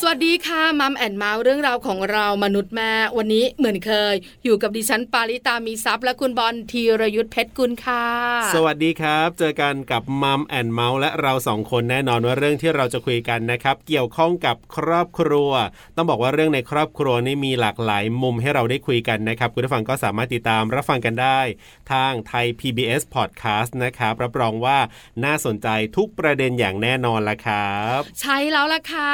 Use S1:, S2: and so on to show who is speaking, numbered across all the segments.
S1: สวัสดีค่ะมัมแอนเมาส์เรื่องราวของเรามนุษย์แม่วันนี้เหมือนเคย อยู่กับดิฉันปาริตามีซัพย์และคุณบอลธีรยุทธเพชรกุลค่ะ
S2: สวัสดีครับ เจอกันกับมัมแอนเมาส์และเราสองคนแน่นอนว่าเรื่องที่เราจะคุยกันนะครับ เกี่ยวข้องกับครอบครัว ต้องบอกว่าเรื่องในครอบครัวนี่มีหลากหลายมุมให้เราได้คุยกันนะครับ คุณผู้ฟังก็สามารถติดตามรับฟังกันได้ ทางไทย PBS Podcast นะครับ รับรองว่าน่าสนใจทุกประเด็นอย่างแน่นอนละครับ
S1: ใช่แล้วล่ะค่ะ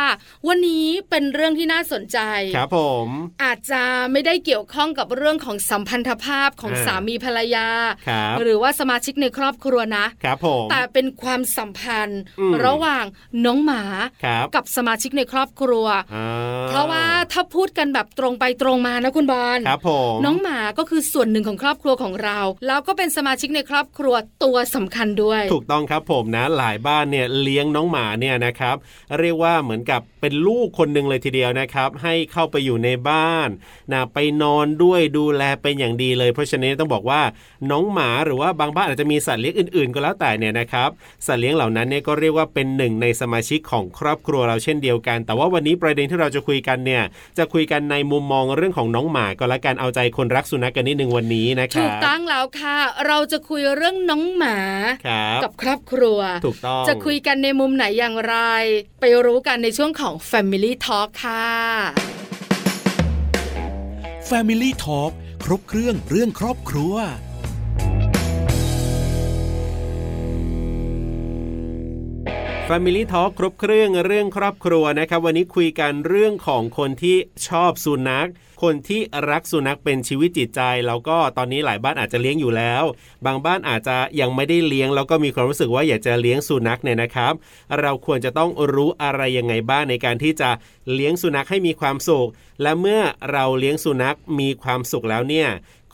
S1: วันนี้เป็นเรื่องที่น่าสนใจ
S2: ครับผม
S1: อาจจะไม่ได้เกี่ยวข้องกับเรื่องของสัมพันธภาพของ
S2: อ่า
S1: สามีภรรยา
S2: ครับ
S1: หรือว่าสมาชิกในครอบครัวนะ
S2: ครับผม
S1: แต่เป็นความสัมพันธ์
S2: อืม
S1: ระหว่างน้องหมา
S2: ครับ
S1: กับสมาชิกในครอบครัว
S2: อ่
S1: เพราะว่าถ้าพูดกันแบบตรงไปตรงมานะคุณบอล
S2: ครับผม
S1: น้องหมาก็คือส่วนหนึ่งของครอบครัวของเรา แล้วก็เป็นสมาชิกในครอบครัวตัวสำคัญด้วย
S2: ถูกต้องครับผมนะหลายบ้านเนี่ยเลี้ยงน้องหมาเนี่ยนะครับ เรียกว่าเหมือนกับเป็นลูกคนหนึ่งเลยทีเดียวนะครับ ให้เข้าไปอยู่ในบ้านนะไปนอนด้วยดูแลเป็นอย่างดีเลย เพราะฉะนั้นต้องบอกว่าน้องหมาหรือว่าบางบ้านอาจจะมีสัตว์เลี้ยงอื่นๆ ก็แล้วแต่เนี่ยนะครับ สัตว์เลี้ยงเหล่านั้นเนี่ยก็เรียกว่าเป็นหนึ่งในสมาชิกของครอบครัวเราเช่นเดียวกัน แต่ว่าวันนี้ประเด็นที่เราจะคุยกันเนี่ยจะคุยกันในมุมมองเรื่องของน้องหมาก็แล้วกันเอาใจคนรักสุนัขกันนิดนึงวันนี้นะค
S1: ถู
S2: รับ
S1: กตั้องแล้วค่ะ เราจะคุยเรื่องน้องหมา
S2: ครับ
S1: กับครอบครัว
S2: ถูกต้อง
S1: จะคุยกันในมุมไหนอย่างไร ไปรู้กันในช่วงของ Family Talk ค่ะ
S3: Family Talk ครบเครื่องเรื่องครอบครัว
S2: f a m i l y Talk ครบเครื่องเรื่องครอบครัวนะครับ วันนี้คุยกันเรื่องของคนที่ชอบสุนัข คนที่รักสุนัขเป็นชีวิตจิตใจ แล้วก็ตอนนี้หลายบ้านอาจจะเลี้ยงอยู่แล้ว บางบ้านอาจจะยังไม่ได้เลี้ยง แล้วก็มีความรู้สึกว่าอยากจะเลี้ยงสุนัขเนี่ยนะครับ เราควรจะต้องรู้อะไรยังไงบ้างในการที่จะเลี้ยงสุนัขให้มีความสุข และเมื่อเราเลี้ยงสุนัขมีความสุขแล้วเนี่ย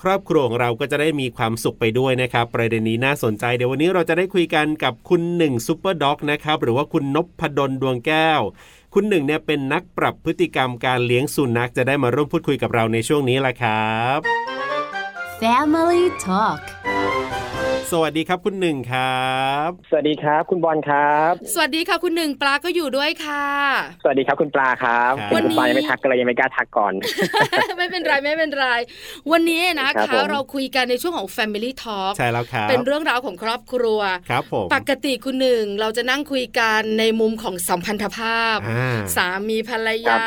S2: ครอบครัวของเราก็จะได้มีความสุขไปด้วยนะครับ ประเด็นนี้น่าสนใจเดี๋ยววันนี้เราจะได้คุยกันกับคุณหนึ่งซูเปอร์ด็อกนะครับ หรือว่าคุณนพดลดวงแก้ว คุณหนึ่งเนี่ยเป็นนักปรับพฤติกรรมการเลี้ยงสุนัขจะได้มาร่วมพูดคุยกับเราในช่วงนี้ละครับ
S4: Family Talk
S2: สวัสดีครับคุณหนึ่งครับ
S5: สวัสดีครับคุณบอลครับ
S1: สวัสดีค่ะคุณหนึ่งปลาก็อยู่ด้วยค่ะ
S5: สวัสดีครับคุณปลาครับ
S2: ครับ
S5: คุณปลา
S1: วันนี้
S5: ยังไม่ทักกันเลยยังไม่กล้าทัก ก่อน
S1: ไม่เป็นไรไม่เป็นไร วันนี้นะ
S5: ครั
S1: คะ
S5: บผม
S1: เราคุยกันในช่วงของ Family Talk
S2: ใช่แล้วครับ
S1: เป็นเรื่องราวของครอบครัว
S2: ครับผม
S1: ปกติคุณหนึ่งเราจะนั่งคุยกันในมุมของสัมพันธภาพ
S2: อ่า
S1: สามีภรรยา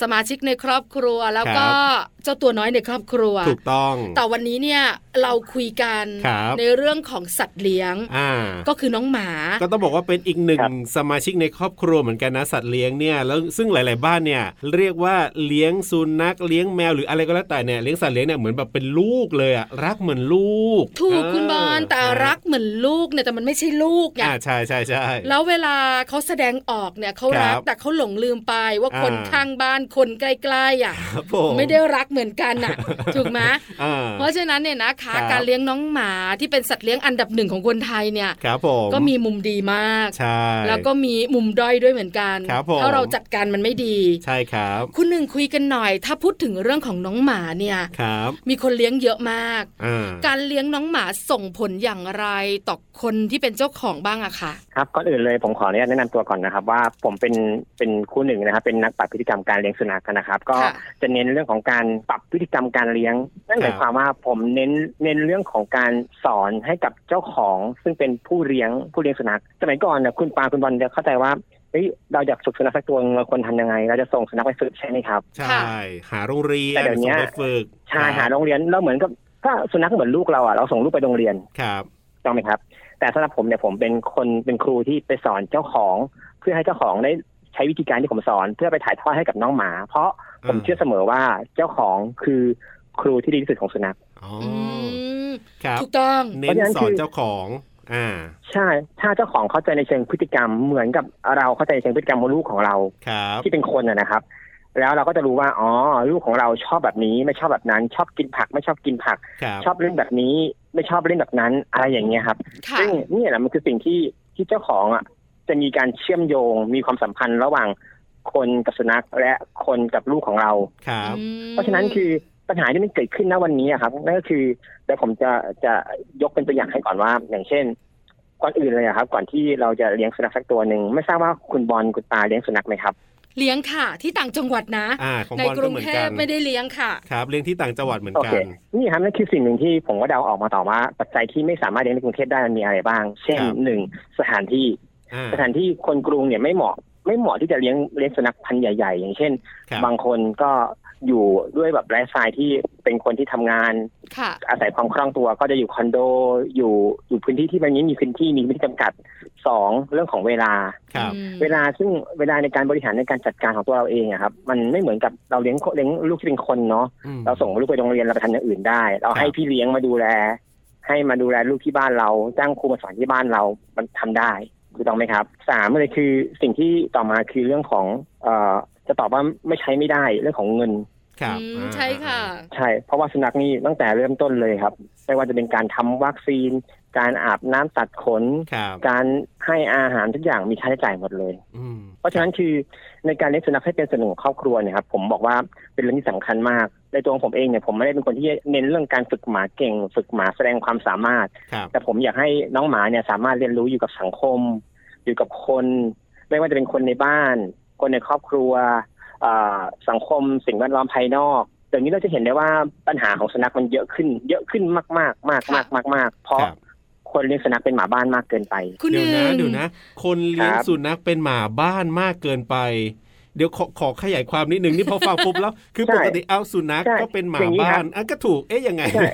S1: สมาชิกในครอบครัว แล้วก็
S2: ครั
S1: เจ้าตัวน้อยในครอบครัว
S2: ถูกต้อง
S1: แต่วันนี้เนี่ยเราคุยกัน
S2: ครับ
S1: ในเรื่องของสัตว์เลี้ยง
S2: อ่า
S1: ก็คือน้องหมา
S2: ก็ต้องบอกว่าเป็นอีกหนึ่ง
S5: ครับ
S2: สมาชิกในครอบครัวเหมือนกันนะสัตว์เลี้ยงเนี่ยแล้วซึ่งหลาย ๆ บ้านเนี่ยเรียกว่าเลี้ยงสุนัขเลี้ยงแมวหรืออะไรก็แล้วแต่เนี่ยเลี้ยงสัตว์เลี้ยงเนี่ยเหมือนแบบเป็นลูกเลยอะรักเหมือนลูก
S1: ถูก
S2: เ
S1: คุณบอลแต่รักเหมือนลูกเนี่ยแต่มันไม่ใช่ลูกไง
S2: อ่าใช่ใช่ใช่
S1: แล้วเวลาเขาแสดงออกเนี่ยเขารัก
S2: ครับ
S1: แต่เขาหลงลืมไปว่า
S2: อ่า
S1: คนข้างบ้านคนใกล้ๆอ่ะ
S2: ครับผม
S1: ไม่ได้รักเหมือนกันน่ะ ถูกไหม
S2: อ่า
S1: เพราะฉะนั้นเนี่ยนะคะ
S2: ครับ
S1: การเลี้ยงน้องหมาที่เป็นสัตว์เลี้ยงอันดับหนึ่งของคนไทยเนี่ย
S2: ครับผม
S1: ก็มีมุมดีมาก
S2: ใช่
S1: แล้วก็มีมุมด้อยด้วยเหมือนกัน
S2: ครับผม
S1: ถ้าเราจัดการมันไม่ดี
S2: ใช่ครับ
S1: คุณหนึ่งคุยกันหน่อย ถ้าพูดถึงเรื่องของน้องหมาเนี่ย
S2: ครับ
S1: มีคนเลี้ยงเยอะมาก
S2: อ่า
S1: การเลี้ยงน้องหมาส่งผลอย่างไรต่อคนที่เป็นเจ้าของบ้างอะคะ
S5: ครับก่อนอื่นเลยผมขออนุญาตแนะนำตัวก่อนนะครับ ว่าผมเป็นเป็นครู่หนึ่งนะครับเป็นนักปรับพฤติกรรมการเลี้ยงสุนัขนะครับ ก็
S1: ค่ะ
S5: จะเน้นเรื่องของการปรับพฤติกรรมการเลี้ยงนั่นหมาย
S2: ครับ
S5: ความว่าผมเน้นเน้นเรื่องของการสอนให้กับเจ้าของ ซึ่งเป็นผู้เลี้ยงผู้เลี้ยงสุนัขสมัยก่อนเนี่ยคุณปลาคุณบอลจะเข้าใจว่าเฮ้ยเราอยากฝึกสุนัขสักตัวหนึ่งเราควรทำยังไง เราจะส่งสุนัขไปฝึกใช่ไหมครับ
S2: ใช่
S1: ค่ะ
S2: หาโรงเรีย
S5: แต่
S2: น
S5: เดี๋ยว
S2: ส่
S5: เนี้
S2: ง
S5: ย
S2: ไปฝึก
S5: ใช่หาโรงเรียนเราเหมือนกับถ้าสุนัขเหมือนลูกเราอ่ะเราส่งลูกไปโรงเรียน
S2: ครับ
S5: ถูกต้องไหมครับ แต่สำหรับผมเนี่ยผมเป็นคนเป็นครูที่ไปสอนเจ้าของ เพื่อให้เจ้าของได้ใช้วิธีการที่ผมสอน เพื่อไปถ่ายทอดให้กับน้องหมา เพราะผมเชื่อเสมอว่าเจ้าของคือครูที่ดีที่สุดของสุนัข
S2: อ๋อ
S1: อืม
S2: ครับ
S1: ถูกต้อง
S2: เน้น
S5: เพราะฉะนั้น
S2: ส
S5: คื
S2: อน
S5: อ
S2: เจ้าของอ่า
S5: ใช่ ถ้าเจ้าของเข้าใจในเชิงพฤติกรรมเหมือนกับเราเข้าใจในเชิงพฤติกรรมของลูกของเรา
S2: ครับ
S5: ที่เป็นคนนะนะครับ แล้วเราก็จะรู้ว่าอ๋อลูกของเราชอบแบบนี้ ไม่ชอบแบบนั้น ชอบกินผัก ไม่ชอบกินผัก
S2: ครับ
S5: ชอบเล่นแบบนี้ ไม่ชอบเล่นแบบนั้นอะไรอย่างเงี้ยครับ
S1: ค่ะ
S5: ซึ่งเนี่ยแหละมันคือสิ่งที่ที่เจ้าของอ่ะจะมีการเชื่อมโยง มีความสัมพันธ์ระหว่างคนกับสุนัขและคนกับลูกของเรา
S2: ครับ
S5: เพราะฉะนั้นคือ ปัญหาที่มันเกิดขึ้นณวันนี้อะครับนั่นก็คือแต่ผมจะจะยกเป็นตัวอย่างให้ก่อนว่า อย่างเช่น ก่อนอื่นเลยอะครับ ก่อนที่เราจะเลี้ยงสุนัขสักตัวหนึ่งไม่ทราบว่าคุณบอลคุณตาเลี้ยงสุนัขไหมครับ
S1: เลี้ยงค่ะ ที่ต่างจังหวัดนะ
S2: อ่าของ
S1: ใน
S2: บอล
S1: ก
S2: ก็
S1: รุง
S2: เหมือน
S1: เท
S2: กั
S1: พ
S2: น
S1: ไม่ได้เลี้ยงค่ะ
S2: ครับเลี้ยงที่ต่างจังหวัดเหมือน
S5: โอ
S2: กั
S5: เคน นี่ครับนั่นคือสิ่งหนึ่งที่ผมก็เดาออกมาต่อว่าปัจจัยที่ไม่สามารถเลี้ยงในกรุงเทพได้มันมีอะไรบ้าง เช่น
S2: ครับ
S5: หนึ่งสถานที่
S2: อ่า
S5: สถานที่คนกรุงเนี่ยไม่เหมาะไม่เหมาะที่จะเลี้ยงเลี้ยงสุนัขพันธุ์ใหญ่ๆ อย่างเช่น
S2: ครับ
S5: บางคนก็อยู่ด้วยแบบไลฟ์สไตล์ที่เป็นคนที่ทำงาน
S1: ค่ะ
S5: อาศัยความคล่องตัวก็จะอยู่คอนโดอยู่อยู่พื้นที่ที่มันนี้มีพื้นที่มีพื้นที่จำกัดสองเรื่องของเวลา
S2: ครับ
S1: อืม
S5: เวลาซึ่งเวลาในการบริหารในการจัดการของตัวเราเองอะครับมันไม่เหมือนกับเราเลี้ยงเลี้ยงลูกที่เป็นคนเนาะ
S2: อืม
S5: เราส่งลูกไปโรงเรียนเราไปทำอย่างอื่นได้ เราให้
S2: ครับ
S5: พี่เลี้ยงมาดูแล ให้มาดูแลลูกที่บ้านเรา จ้างครูมาสอนที่บ้านเรา มันทำได้ถูกต้องไหมครับสามเลยคือสิ่งที่ต่อมาคือเรื่องของเอ่อจะตอบว่าไม่ใช้ไม่ได้เรื่องของเงิน
S2: ครับ
S1: อืม
S2: อ่า
S1: ใช่ค่ะ
S5: ใช่ เพราะว่าสุนัขนี่ตั้งแต่เริ่มต้นเลยครับ ไม่ว่าจะเป็นการทำวัคซีน การอาบน้ำตัดขน
S2: ครับ
S5: การให้อาหารทุกอย่างมีค่าใช้จ่ายหมดเลย
S2: อืม
S5: เพราะฉะนั้นคือในการเลี้ยงสุนัขให้เป็นส่วนหนึ่งของครอบครัวเนี่ยครับผมบอกว่าเป็นเรื่องที่สำคัญมาก ในตัวของผมเองเนี่ยผมไม่ได้เป็นคนที่เน้นเรื่องการฝึกหมาเก่ง ฝึกหมาแสดงความสามารถ
S2: ครับ
S5: แต่ผมอยากให้น้องหมาเนี่ยสามารถเรียนรู้อยู่กับสังคม อยู่กับคน ไม่ว่าจะเป็นคนในบ้าน คนในครอบครัวเอ่อสังคมสิ่งแวดล้อมภายนอกเดี๋ยวนี้เราจะเห็นได้ว่าปัญหาของสุนัขมันเยอะขึ้น เยอะขึ้นมากมากมากมากมากๆเพราะ
S2: ครับ
S5: คนเลี้ยงสุนัขเป็นหมาบ้านมากเกินไป
S1: คุณห
S2: เดี๋ยว
S1: นึ่
S2: นะ
S1: ง
S2: เดี๋ยวนะ คนเลี้ยง
S5: ครับ
S2: สุนัขเป็นหมาบ้านมากเกินไป เดี๋ยวขอขอขยายความนิดนึงนี่พอฟังปุ๊บ แล้ว คือ
S5: ใช่
S2: ปกติเอาสุนัข
S5: ใช่
S2: ก็เป็นหมา
S5: อย่างนี้
S2: บ้า
S5: ครับ
S2: นอ่ะก็ถูกเอ๊ะยังไง
S5: ใช่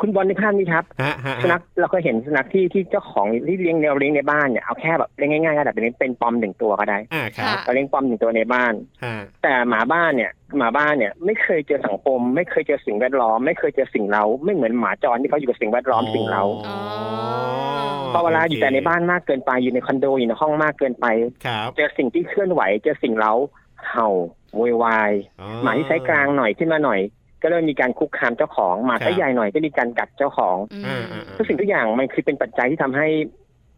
S5: คุณบอลในภาพนี้ครับ
S2: ฮะฮะ
S5: สุนัขเราเคยเห็นสุนัขที่ที่เจ้าของที่เลี้ยงเราเลี้ยงในบ้านเนี่ยเอาแค่แบบเลี้ยงง่ายๆก็ได้เป็นเป็นปอมหนึ่งตัวก็ได้
S2: อ่าครับ
S5: เราเลี้ยงปอมหนึ่งตัวในบ้าน
S2: ฮะ
S5: แต่หมาบ้านเนี่ยหมาบ้านเนี่ยไม่เคยเจอสังคม ไม่เคยเจอสิ่งแวดล้อม ไม่เคยเจอสิ่งเราไม่เหมือนหมาจรที่เขาอยู่กับสิ่งแวดล้อมสิ่งเรา
S1: อ๋อ
S5: พอเวลาอยู่แต่ในบ้านมากเกินไปอยู่ในคอนโดอยู่ในห้องมากเกินไป
S2: ครับ
S5: เจอสิ่งที่เคลื่อนไหวเจอสิ่งเราเห่าโวยวาย
S2: อ๋อ
S5: หมาที่ไซส์กลางหน่อยขึ้นมาหน่อย ก็เริ่มมีการคุกคามเจ้าของหมา
S2: ครับ
S5: ไซส์ใหญ่หน่อยก็มีการกัดเจ้าของ
S1: อืม
S2: อ่าอ่าอ่า
S5: ทุกสิ่งทุกอย่างมันคือเป็นปัจจัยที่ทำให้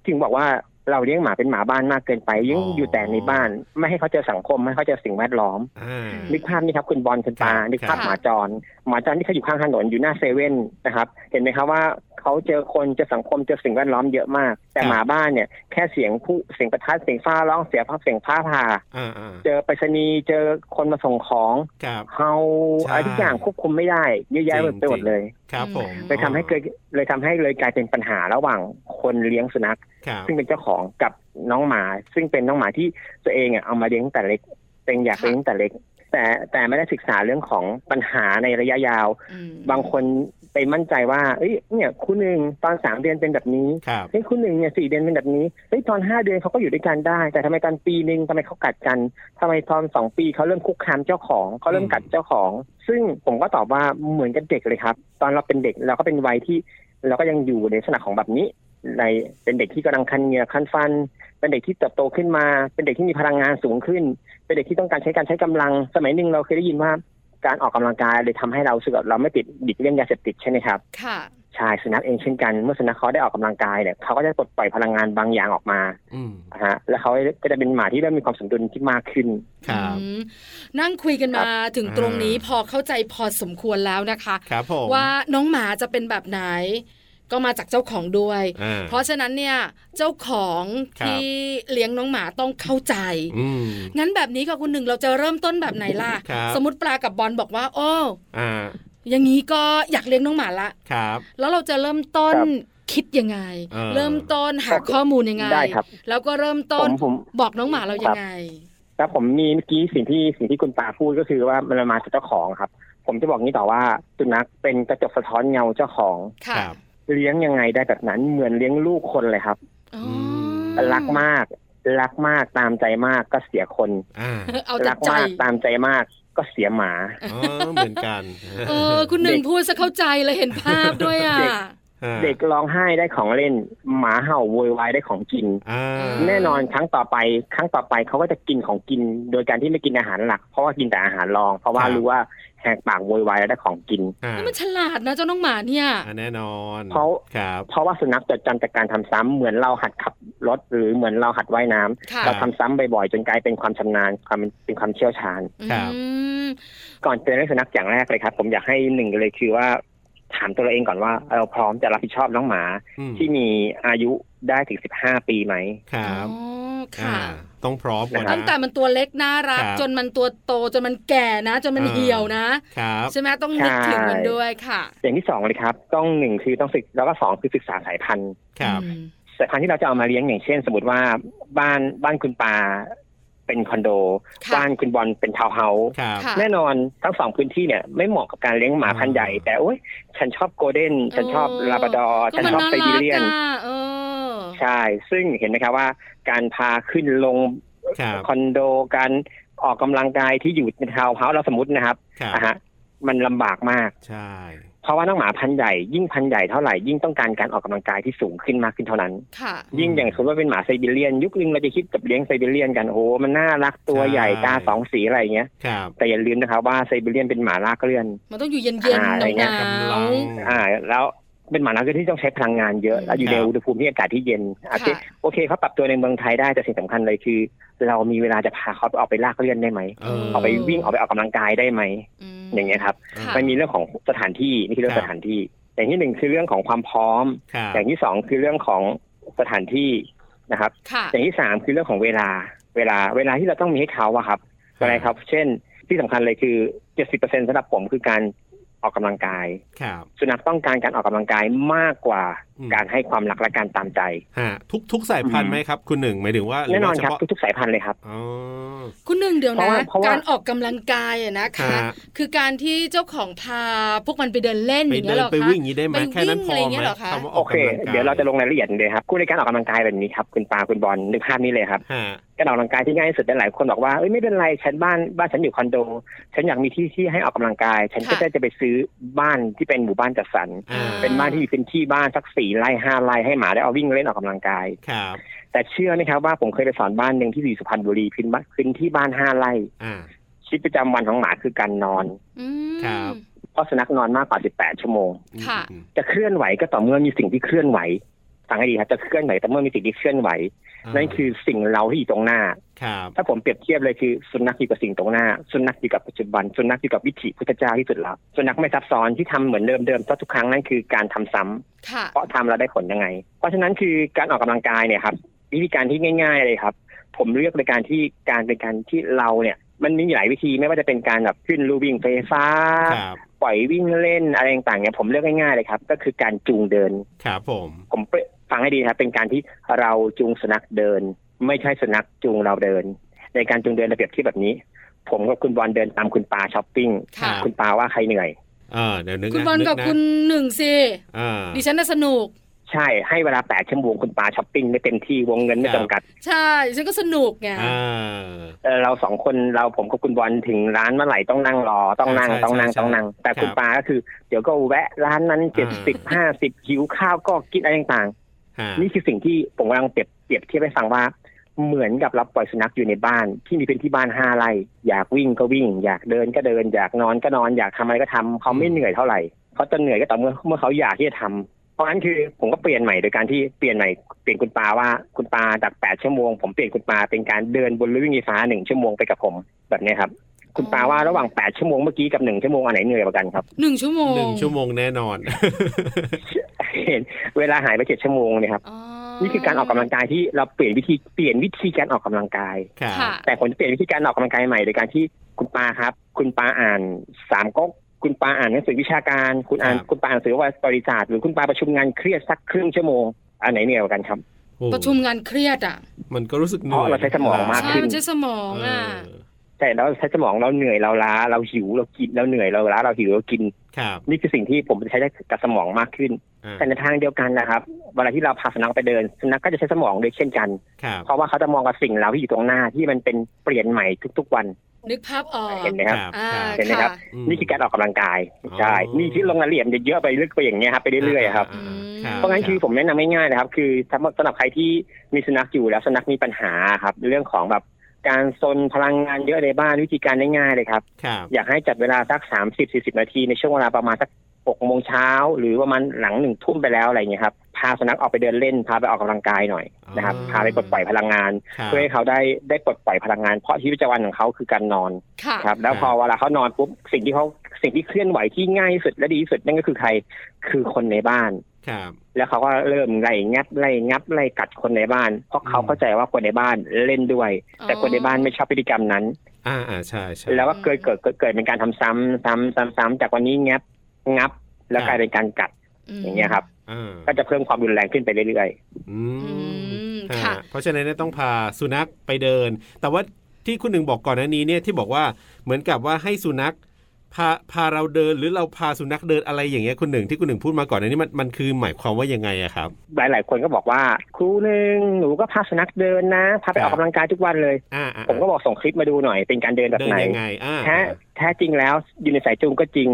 S5: ถึงบอกว่าเราเลี้ยงหมาเป็นหมาบ้านมากเกินไปยิ่ง
S2: อ๋อ
S5: อ
S2: อ
S5: ยู่แต่ในบ้าน ไม่ให้เขาเจอสังคม ไม่ให้เขาเจอสิ่งแวดล้อม
S2: อ่า
S5: นึกภาพนี่ครับคุณบอลคุณตา
S2: ครับ
S5: นึกภาพ
S2: ครับ
S5: หมาจร หมาจรที่เขาอยู่ข้างถนนอยู่หน้าเซเว่นนะครับ เห็นไหมครับว่าเขาเจอคนเจอสังคมเจอสิ่งแวดล้อมเยอะมาก แต่หมาบ้านเนี่ยแค่เสียงผู้เสียงประทัดเสียงฟ้าร้องเสียงฟ้าเสียงผ้าผ่า
S2: อ่าอ่า
S5: เจอไปรษณีย์เจอคนมาส่งของ
S2: ครับ
S5: เฮา
S2: ใช่
S5: อะไรทุกอย่างควบคุมไม่ได้เยอะแยะ
S2: จริง
S5: ไปหม
S2: จ
S5: ด
S2: ริง
S5: เลย
S2: ครับผม
S5: เลยทำให้เกิดเลยทำให้เลยกลายเป็นปัญหาระหว่างคนเลี้ยงสุนัข
S2: ครับ
S5: ซึ่งเป็นเจ้าของกับน้องหมา ซึ่งเป็นน้องหมาที่ตัวเองอ่ะเอามาเลี้ยงตั้งแต่เล็กเป็นอยากเลี้ยงตั้งแต่เล็ก แต่แต่ไม่ได้ศึกษาเรื่องของปัญหาในระยะยาว
S1: อืม
S5: บางคนไปมั่นใจว่าเอ้ยเนี่ยคู่หนึ่งตอนสามเดือนเป็นแบบนี้
S2: ครับ
S5: เฮ้ยคู่หนึ่งเนี่ยสี่เดือนเป็นแบบนี้เฮ้ยตอนห้าเดือนเขาก็อยู่ด้วยกันได้ แต่ทำไมตอนปีหนึ่งทำไมเขากัดกันทำไมตอนสองปีเขาเริ่มคุกคามเจ้าของเขาเริ่ม
S2: อืม
S5: กัดเจ้าของ ซึ่งผมก็ตอบว่าเหมือนกับเด็กเลยครับ ตอนเราเป็นเด็กเราก็เป็นวัยที่เราก็ยังอยู่ในลักษณะของแบบนี้ ในเป็นเด็กที่กำลังคันเหงือกคันฟัน เป็นเด็กที่เติบโตขึ้นมา เป็นเด็กที่มีพลังงานสูงขึ้น เป็นเด็กที่ต้องการใช้การใช้กำลัง สมัยหนึ่งเราเคยได้ยินว่า การออกกำลังกายเลยทำให้เรารู้สึกว่าเราไม่ติดดิดเรื่องยาเสพติดใช่ไหมครับ
S1: ค่ะ
S5: ใช่สุนัขเองเช่นกันเมื่อสุนัขเขาได้ออกกำลังกายเนี่ยเขาก็จะปลดปล่อยพลังงานบางอย่างออกมา
S2: อืม
S5: นะฮะแล้วเขาก็จะเป็นหมาที่เริ่มมีความสมดุลที่มากขึ้น
S2: ครับ
S1: อืมนั่งคุยกันมาถึงตรงนี้
S2: อ่า
S1: พอเข้าใจพอสมควรแล้วนะคะ
S2: ครับผม
S1: ว่าน้องหมาจะเป็นแบบไหน ก็มาจากเจ้าของด้วย
S2: อ่
S1: เพราะฉะนั้นเนี่ยเจ้าของ
S2: ครับ
S1: ที่เลี้ยงน้องหมาต้องเข้าใจ
S2: อืม
S1: งั้นแบบนี้ค่ะคุณหนึ่งเราจะเริ่มต้นแบบไหนล่ะ
S2: ครับ
S1: สมมติปลากับบอลบอกว่า โอ้
S2: อ่า
S1: อย่างนี้ก็อยากเลี้ยงน้องหมาละ
S2: ครับ
S1: แล้วเราจะเริ่มต้น
S5: ครับ
S1: คิดยังไง
S2: เออ
S1: เริ่มต้นหาข้อมูลยังไง
S5: ได้ครับ
S1: แล้วก็เริ่มต้น
S5: ผมผม
S1: บอกน้องหมาเรายั
S5: ครั
S1: ง
S5: บ
S1: ไง
S5: แล้วผมมีเมื่อกี้สิ่งที่สิ่งที่คุณตาพูดก็คือว่ามันมาจากเจ้าของครับ ผมจะบอกนี้ต่อว่าสุนัขเป็นกระจกสะท้อนเงาเจ้าของ
S1: ค่ะ
S2: ครับ
S5: เลี้ยงยังไงได้แบบนั้นเหมือนเลี้ยงลูกคนเลยครับ
S1: อ๋ออ
S5: รักมาก รักมากตามใจมากก็เสียคน
S2: อ่า
S1: เอาแต่
S5: รัก
S1: ใจ
S5: มากตามใจมากก็เสียหมา
S2: อ๋อเหมือนกัน
S1: เออ คุณหนึ่ง
S5: เด็ก
S1: พูดซะเข้าใจเลยเห็นภาพด้วยอ่ะ
S5: เด็ก
S2: ฮะ
S5: เด็กร้องไห้ได้ของเล่น หมาเห่าโวยวายได้ของกิน
S2: อ่า
S1: า
S5: แน่นอนครั้งต่อไป ครั้งต่อไปเขาก็จะกินของกิน โดยการที่ไม่กินอาหารหลัก เพราะว่ากินแต่อาหารรอง เพราะว่ารู้ว่าแหกปากโวยวายแล้วได้ของกิน
S2: อ่า
S1: นี่มันฉลาดนะเจ้าน้องหมาเนี่ย
S2: อ่าแน่นอน
S5: เพราะ
S2: ครับ
S5: เพราะว่าสุนัขจดจำจากการทำซ้ำเหมือนเราหัดขับ รถหรือเหมือนเราหัดว่ายน้ำ
S1: ค่ะ
S5: เราทำซ้ำบ่อยๆจนกลายเป็นความชำนาญความเป็นความเชี่ยวชาญ
S1: อื
S2: ครับ
S1: ม
S5: ก่อนจะเลี้ยงสุนัขอย่างแรกเลยครับ ผมอยากให้หนึ่งเลยคือว่า ถามตัวเราเองก่อนว่าเราพร้อมจะรับผิดชอบน้องหมา
S2: อืม
S5: ที่มีอายุได้ถึงสิบห้าปีไหม
S2: ครับ
S1: อ๋อ
S2: อ่า
S1: ค่ะ
S2: ต้องพร้อมก่อน
S5: ครับ
S1: ตั้งแต่
S2: นะ
S1: มันตัวเล็กน่ารัก
S2: ครับ
S1: จนมันตัวโตจนมันแก่นะ จนมัน
S2: อ่า
S1: เหี่ยวนะ
S2: ครับ
S1: ใช่ไหมต้องนึกถึงมันด้วยค่ะ
S5: อย่างที่สองเลยครับ ต้องหนึ่งคือต้องศึกแล้วก็สองคือศึกษาสายพันธุ์
S2: ครับ
S1: อืม
S5: สายพันธุ์ที่เราจะเอามาเลี้ยงอย่างเช่น สมมติว่าบ้านบ้านคุณปาเป็นคอนโด
S1: ค่ะ
S5: บ้านคุณบอลเป็นทาวน์เฮาส์
S2: ครับ
S1: ค่ะ
S5: แน่นอนทั้งสองพื้นที่เนี่ยไม่เหมาะกับการเลี้ยงหมาพันธุ์ใหญ่ แต่โอ๊ยฉันชอบโกลเด้น ฉันชอบ
S1: เออ
S5: ลาบราดอร์
S1: ก็
S5: ฉัน
S1: มัน
S5: ชอบ
S1: น่า
S5: ไซบี
S1: รัก
S5: เรียน
S1: อ่ะเออ
S5: ใช่ ซึ่งเห็นไหมครับว่าการพาขึ้นลง
S2: ครับ
S5: คอนโด การออกกำลังกายที่อยู่ในทาวน์เฮาส์เราสมมตินะครับ
S2: ครับ
S5: นะฮะมันลำบากมาก
S2: ใช่
S5: เพราะว่าน้องหมาพันธุ์ใหญ่ยิ่งพันธุ์ใหญ่เท่าไหร่ยิ่งต้องการการออกกำลังกายที่สูงขึ้นมากขึ้นเท่านั้น
S1: ค่ะ
S2: อืม
S5: ยิ่งอย่างสมมติว่าเป็นหมาไซบีเรียน ยุคนึงเราจะคิดกับเลี้ยงไซบีเรียนกันโอ้โหมันน่ารักตัว
S2: ใช่
S5: ใหญ่ตาสองสีอะไรอย่างเงี้ย
S2: ครับ
S5: แต่อย่าลืมนะครับว่าไซบีเรียนเป็นหมาลากเลื่อน
S1: มันต้องอยู่เย็นๆ
S5: อ่า
S1: ห
S5: อะไรเงี้
S1: นาย ว
S2: กำลัง
S5: อ่า แล้วเป็นหมาลากเลื่อนที่ต้องใช้พลังงานเยอะ
S1: อืม
S5: แล้วอยู่ใน
S2: ครับ
S5: อุณหภูมิที่อากาศที่เย็นโอเค
S1: ค่ะ
S5: โอเคเขาปรับตัวในเมืองไทยได้แต่สิ่งสำคัญเลยคือ เรามีเวลาจะพาเขาออกไปลากเลื่อนได้ไหม
S2: เออ
S5: ออกไปวิ่งออกไปออกกำลังกายได้ไหม
S1: ๆม
S5: อย่างเงี้ยครับ
S1: ค่ะ
S5: มันมีเรื่องของสถานที่นี่คือเรื่อ
S2: ค
S5: ง
S2: รับ
S5: สถานที่ อย่างที่หนึ่งคือเรื่องของความพร้อม
S2: ครับ
S5: อย่างที่สองคือเรื่องของสถานที่นะครับ
S1: ค่ะ
S5: อย่างที่สามคือเรื่องของเวลา เวลาเวลาที่เราต้องมีให้เขาอะครับอะไรครับ เช่นที่สำคัญเลยคือเจ็ดสิบเปอร์เซ็นสำหรับผมคือการออกกำลังกาย
S2: ครับ
S5: สุนัขต้องการการออกกำลังกายมากกว่า
S2: อืม
S5: การให้ความรักและการตามใจ
S2: ฮะทุกทุกสายพัน
S5: อื
S2: ธุ์
S5: ม
S2: ไหมครับ คุณหนึ่งหมายถึงว่าหรื
S5: แน่น
S2: ว่า
S5: อนครั
S2: เฉ
S5: บ
S2: พาะ
S5: ทุกๆสายพันธุ์เลยครับ
S2: อ๋อ
S1: คุณหนึ่งเดี๋ยว
S5: เพ
S1: นะ
S5: ราะว่าเพราะว่า
S1: การออกกำลังกายอะนะคะ
S2: ฮะ
S1: คือการที่เจ้าของพาพวกมันไปเดินเล่น
S2: ไป
S1: อย่างเงี้ย
S2: เดิน
S1: เหรอ
S2: ไป
S1: คะ
S2: วิ่งอย่างนี้ได้ไหม
S1: ไปวิ่ง
S2: แค่นั้นพอ
S1: อะไรเงี้
S2: ไห
S1: ย
S2: ม
S1: เหรอคะ
S2: คำว่าอ
S5: โอ
S2: อก
S5: เค
S2: กำลังกาย
S5: เดี๋ยวเราจะลงรายละเอียดเลยครับคู่ในการออกกำลังกายแบบนี้ครับคุณปาคุณบอลนึกภาพนี้เลยครับ
S2: ฮะ
S5: การออกกำลังกายที่ง่ายที่สุดหลายๆคนบอกว่าเอ้ยไม่เป็นไรฉันบ้านบ้านฉันอยู่คอนโด ฉันอยากมีที่ที่ให้ออกกำลังกาย ฉันก็
S1: ค่ะ
S5: ได้จะไปซื้อบ้านที่เป็นหมู่บ้านจัดสรร
S2: อ่า
S5: เป็นบ้านที่มีพื้นที่บ้านสักสี่ไร่ห้าไร่ให้หมาได้เอาวิ่งเล่นออกกำลังกาย
S2: ครับ
S5: แต่เชื่อไหมครับว่าผมเคยไปสอนบ้านหนึ่งที่อยู่สุพรรณบุรีพื้นบ้านพื้นที่บ้านห้าไร่
S2: อ่า
S5: ชีวิตประจำวันของหมาคือการนอน
S1: อืม
S2: ครับ
S5: เพราะสุนัขนอนมากกว่า 18 ชั่วโมง
S1: ค่ะ
S2: อืม
S5: จะเคลื่อนไหวก็ต่อเมื่อมีสิ่งที่เคลื่อนไหวฟังให้ดีครับจะเคลื่อนไหวแต่เมื่อมีสิ่งที่เคลื่อนไหว นั่นคือสิ่งเราที่อยู่ตรงหน้า
S2: ครับ
S5: ถ้าผมเปรียบเทียบเลยคือสุนัขอยู่กับสิ่งตรงหน้า สุนัขอยู่กับปัจจุบัน สุนัขอยู่กับวิถีพุทธเจ้าที่สุดแล้วสุนัขไม่ซับซ้อนที่ทำเหมือนเดิมๆทุกครั้งนั่นคือการทำซ้ำ
S1: ค่ะ
S5: เพราะทำแล้วได้ผลยังไง เพราะฉะนั้นคือการออกกำลังกายเนี่ยครับวิธีการที่ง่าย ๆเลยครับ ผมเลือกในการที่การเป็นการที่เราเนี่ย มันมีหลายวิธีไม่ว่าจะเป็นการแบบขึ้นลูวิ่งไฟฟ้า
S2: ครับ
S5: ปล่อยวิ่งเล่นอะไรต่างๆเนี่ยผมเลือกง่ายๆเลยครับ ก็คือการจูงเดิน
S2: ครับผม
S5: ผมเปรียบฟังให้ดีครับ เป็นการที่เราจูงสุนัขเดิน ไม่ใช่สุนัขจูงเราเดิน ในการจูงเดินระเบียบที่แบบนี้ ผมกับคุณบอลเดินตามคุณปาช้อปปิ้ง
S1: ค่ะ
S5: คุณปาว่าใครเหนื่อย
S2: เออเดี๋ยวนึกนะ
S1: คุณบอลกับ
S2: นึนะ
S1: คุณหนึ่งสิ
S2: อ่า
S1: ดิฉันน่ะสนุก
S5: ใช่ให้เวลาแปดชั่วโมงคุณปาช้อปปิ้งได้เต็มที่วงเงิน
S2: ค
S5: ไม่
S2: รับ
S5: จำกัด
S1: ใช่ดิฉันก็สนุกไง
S2: อ่า
S5: เอ่อเราสองคนเราผมกับคุณบอลถึงร้านเมื่อไหร่ต้องนั่งรอต้องนั่ง
S2: ใช่
S5: ต้องนั่ง
S2: ใช่
S5: ต้องนั่ง แต่คุ
S2: ค
S5: ณ
S2: รับ
S5: ปาก็คือ เดี๋ยวก็แวะร้านนั้น
S2: อ่
S5: เจ็ดสิบห้าสิบหิวข้าวก็กินอะไรต่าง
S2: ฮะ
S5: ๆ นี่คือสิ่งที่ผมกำลังเปรียบเปรียบเทียบให้ฟังว่า เหมือนกับเราปล่อยสุนัขอยู่ในบ้าน ที่มีเป็นที่บ้านห้าไร่อยากวิ่งก็วิ่ง อยากเดินก็เดิน อยากนอนก็นอนอยากทำอะไรก็ทำเขาไม่เหนื่อยเท่าไหร่เขาจะเหนื่อยก็ต่อเมื่อเมื่อเขาอยากที่จะทำเพราะงั้นคือผมก็เปลี่ยนใหม่โดยการที่เปลี่ยนใหม่เปลี่ยนคุณปาว่าคุณปาจากแปดชั่วโมงผมเปลี่ยนคุณปาเป็นการเดินบนลู่วิ่งไฟฟ้าหนึ่งชั่วโมงไปกับผมแบบนี้ครับคุณปาว่าระหว่างแปดชั่วโมงเมื่อกี้กับหนึ่งชั่วโมงอันไหนเหนื่อยกว่ากันครับ
S1: หนึ่งชั่วโมง
S2: หนึ่งชั่วโมงแน่น อน
S5: เห็นเวลาหายไปเจ็ดชั่วโมงเนี่ยครับ
S1: อ๋อ
S5: นี่คือการออกกำลังกายที่เราเปลี่ยนวิธีเปลี่ยนวิธีการออกกำลังกาย
S2: ครับ
S1: ค่ะ
S5: แต่ผมจะเปลี่ยนวิธีการออกกำลังกายใหม่โดยการที่คุณปาครับ คุณปาอ่านสามก๊กคุณปาอ่านหนังสือวิชาการ คุณอ่าน
S2: ครับ
S5: คุณปาอ่านหนังสือว่าบริษัทหรือคุณปาประชุมงานเครียดสักครึ่งชั่วโมงอันไหนเหนื่อยกว่ากันครับ
S2: โอ้
S1: ประชุมงานเครียดอ่ะ
S2: มันก็รู้สึกเหนื่อ
S5: เพ
S2: ย
S5: ราะเราใช้สมองมาก
S1: ใช่
S5: ขึ้
S1: มันใช้สมองอ่ะ
S2: เออ
S5: ใช่แล้วใช้สมองเราเหนื่อยเราล้าเราหิวเรากินเราเหนื่อยเราล้าเราหิวเรากิน
S2: ครับ
S5: นี่คือสิ่งที่ผมจะใช้กับสมองมากขึ้น
S2: อ่า
S5: แต่ในทางเดียวกันนะครับเวลาที่เราพาสุนัขไปเดินสุนัขก็จะใช้สมองด้วยเช่นกัน
S2: ครับ
S5: เพราะว่าเขาจะมองกับสิ่งเราที่อยู่ตรงหน้าที่มันเป็นเปลี่ยนใหม่ทุก ๆวัน
S1: นึกภาพออก
S5: เห็นไหมครับ
S1: อ่า
S5: เห็นไหมครับ
S1: ค่ะ
S2: ม
S5: นี่คือการออกกำลังกาย
S2: อ๋อ
S5: ใช่นี่ที่ลงรายละเอียดจะเยอะไปลึกไปอย่างเงี้ยครับไปเรื่อยๆครับ
S2: าคบ
S5: เพราะงั้นคือ
S2: รับ
S5: ผมแนะนำง่ายๆนะครับ คือสำหรับสำหรับใครที่มีสุนัขอยู่แล้วสุนัขมีปัญหาครับ เรื่องของแบบการซนพลังงานเยอะในบ้านวิธีการง่ายๆเลยครับ
S2: ครับ
S5: อยากให้จัดเวลาสัก 30-40 นาทีในช่วงเวลาประมาณสัก6โมงเช้าหรือประมาณหลังหนึ่งทุ่มไปแล้วอะไรเงี้ยครับ พ พาสุนัขออกไปเดินเล่น พาไปออกกำลังกายหน่อยนะครับ
S2: อ๋อ
S5: พาไปปลดปล่อยพลังงาน
S2: ครับ
S5: เพื่อให้เขาได้ได้ปลดปล่อยพลังงาน เพราะชีวิตประจำวันของเขาคือการนอน
S1: ค่ะ
S5: ครับ แล้
S2: ค
S5: ว
S2: รับ
S5: พอเวลาเขานอนปุ๊บสิ่งที่เขาสิ่งที่เคลื่อนไหวที่ง่ายที่สุดและดีที่สุดนั่นก็คือใครคือคนในบ้าน
S2: ครับ
S5: แล้วเขาก็เริ่มไล่งับไล่งับไล่กัดคนในบ้าน เพราะเขา
S2: อืม
S5: เข้าใจว่าคนในบ้านเล่นด้วย แต่คนในบ้านไม่ชอบพฤติกรรมนั้น
S2: อ่าอ่าใช่ใช่
S5: แล้วก็เกิดเกิดเกิดเกิดเป็นการทำซ้ำซ้ำซ้ำซ้ำจากวันนี้งับงับ แล้ว
S2: ครับ
S5: กลายเป็นการกัดอย่างเงี้ยครับ
S2: อ่า
S5: ก็จะเพิ่มความรุนแรงขึ้นไปเรื่อย
S2: อื
S1: ม
S2: มฮะ
S1: ค่ะ
S2: เพราะฉะนั้นเนี่ยต้องพาสุนัขไปเดิน แต่ว่าที่คุณหนึ่งบอกก่อนหน้านี้เนี่ยที่บอกว่าเหมือนกับว่าให้สุนัขพาพาเราเดินหรือเราพาสุนัขเดินอะไรอย่างเงี้ยคุณหนึ่งที่คุณหนึ่งพูดมาก่อนหน้านี้มันมันคือหมายความว่ายังไงอะครับ
S5: ๆ หลายหลายๆคนก็บอกว่าครูหนึ่งหนูก็พาสุนัขเดินนะพาไป
S2: ค
S5: อ
S2: รั
S5: อบ กกำลังกายทุกวันเลย
S2: อ่าอ่า
S5: ผมก็บอกส่งคลิปมาดูหน่อย เป็นการเดินแบบ
S2: เดิน
S5: ไหน
S2: ยังไงอ่า
S5: แท้แท้จริงแล้วอยู่ในสายจูงก็จริง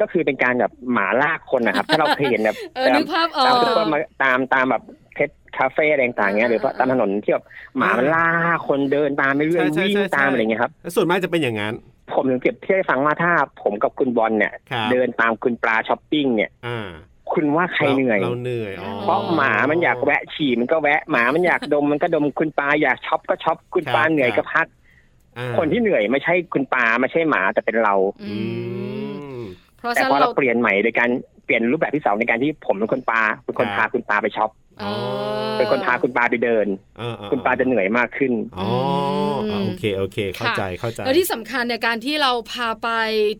S5: ก็คือเป็นการแบบหมาลากคนนะครับ ถ้าเราเคยเห็นแบบ
S1: เออ นึกภาพออ
S5: ตาม
S1: ก
S5: ซุปเปอร์มาร์เก็ตตามตามแบบเพชรคาเฟ่อะไรต่างๆเงี้ยหรือว่าตามถนนที่แบบหมามันลากคนเดินตามไม่เรื่อยวิ่งตามอะไรเงี้ยครับ
S2: แล้วส่วนมากจะเป็นอย่างนั้น
S5: ผมถึงเปรียบเทียบให้ฟังว่าถ้าผมกับคุณบอลเนี่ย
S2: ครับ
S5: เดินตามคุณปลาช้อปปิ้งเนี่ย
S2: อ่า
S5: คุณว่าใครเหนื่อย
S2: เราเหนื่อยอ๋อ
S5: เพราะหมามันอยากแวะฉี่มันก็แวะหมามันอยากดม มันก็ดมคุณปลาอยากช็อปก็ช็อปคุณปลาเหนื่อยก็พัก
S2: อ่า
S5: คนที่เหนื่อยไม่ใช่คุณปลาไม่ใช่หมาแต่เป็นเรา
S1: อื
S2: อื
S1: ม
S2: ม
S1: เพราะ
S5: แต่
S1: ฉะ
S5: พอ
S1: นั้น
S5: เรา
S1: เรา
S5: เปลี่ยนใหม่โดยการเปลี่ยนรูปแบบที่สองในการที่ผมเป็นคนปลาเป็นคน
S2: ครั
S5: พา
S2: บ
S5: คุณปลาไปช็อป
S1: อ๋อ
S5: เป็นคนพาคุณปลาไปเดิน
S2: อ่อ่อ่
S5: คุณปลาจะเหนื่อยมากขึ้น
S2: อ๋ออ่ะโอเค โอเค เข้า
S1: ค่ะ
S2: ใจ เข้าใจ
S1: แล้วที่สำคัญเนี่ยการที่เราพาไป